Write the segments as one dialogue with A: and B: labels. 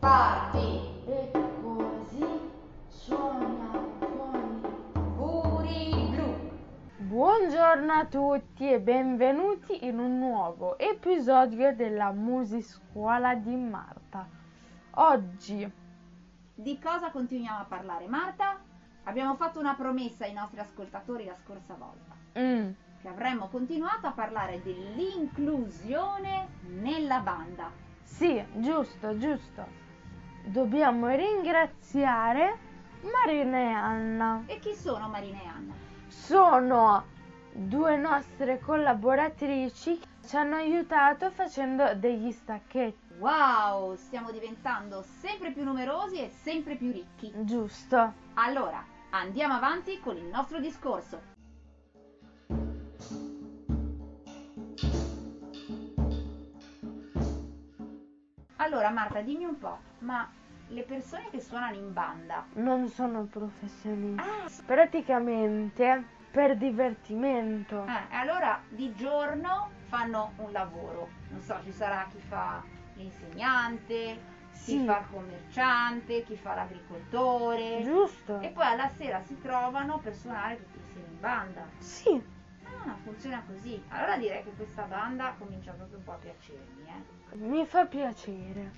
A: tardi e così suona con i tamburi blu.
B: Buongiorno a tutti e benvenuti in un nuovo episodio della Musiscuola di Marta. Oggi
C: Di cosa continuiamo a parlare, Marta? Abbiamo fatto una promessa ai nostri ascoltatori la scorsa volta,
B: mm,
C: che avremmo continuato a parlare dell'inclusione nella banda.
B: Sì, giusto, giusto. Dobbiamo ringraziare Marina e Anna.
C: E chi sono Marina e Anna?
B: Sono due nostre collaboratrici che ci hanno aiutato facendo degli stacchetti,
C: Wow, stiamo diventando sempre più numerosi e sempre più ricchi.
B: giusto?
C: Allora, andiamo avanti con il nostro discorso. Allora Marta, dimmi un po', ma le persone che suonano in banda,
B: Non sono professionista. Praticamente per divertimento.
C: eh, allora di giorno fanno un lavoro, non so, ci sarà chi fa l'insegnante, chi
B: Sì.
C: fa il commerciante, chi fa l'agricoltore
B: Giusto?
C: e poi alla sera si trovano per suonare tutti insieme in banda.
B: Sì.
C: Ah, funziona così. Allora direi che questa banda comincia proprio un po' a piacermi, eh.
B: Mi fa piacere.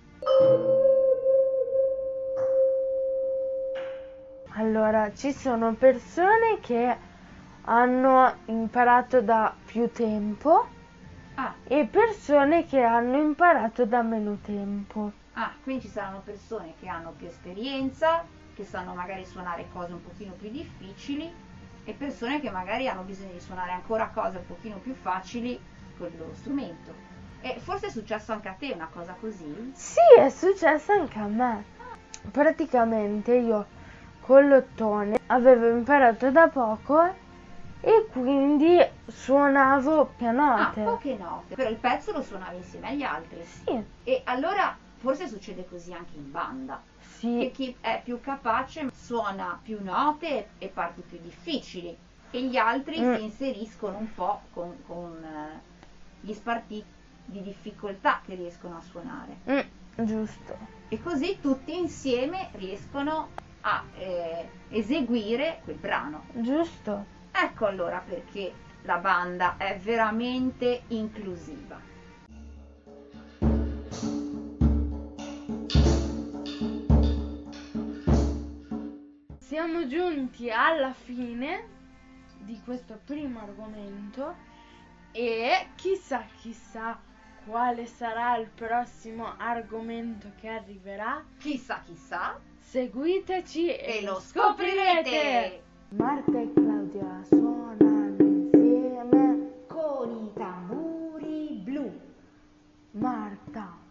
B: Allora, ci sono persone che hanno imparato da più tempo
C: Ah,
B: e persone che hanno imparato da meno tempo.
C: ah, quindi ci saranno persone che hanno più esperienza, che sanno magari suonare cose un pochino più difficili e persone che magari hanno bisogno di suonare ancora cose un pochino più facili con il loro strumento. E forse è successo anche a te una cosa così?
B: Sì, è successo anche a me. Praticamente io con l'ottone avevo imparato da poco e quindi suonavo
C: Ah,
B: pianote.
C: poche note. Però il pezzo lo suonavi insieme agli altri.
B: Sì,
C: E allora forse succede così anche in banda. E
B: sì,
C: chi è più capace suona più note e parti più difficili e gli altri
B: Mm.
C: si inseriscono un po' con, con, eh, gli spartiti di difficoltà che riescono a suonare.
B: Mm, giusto.
C: E così tutti insieme riescono a eh, eseguire quel brano.
B: Giusto.
C: Ecco allora perché la banda è veramente inclusiva.
B: Siamo giunti alla fine di questo primo argomento e chissà chissà quale sarà il prossimo argomento che arriverà.
C: Chissà chissà
B: Seguiteci
C: e lo scoprirete!
B: Marta e Claudia suonano insieme.
C: Con i tamburi blu.
B: Marta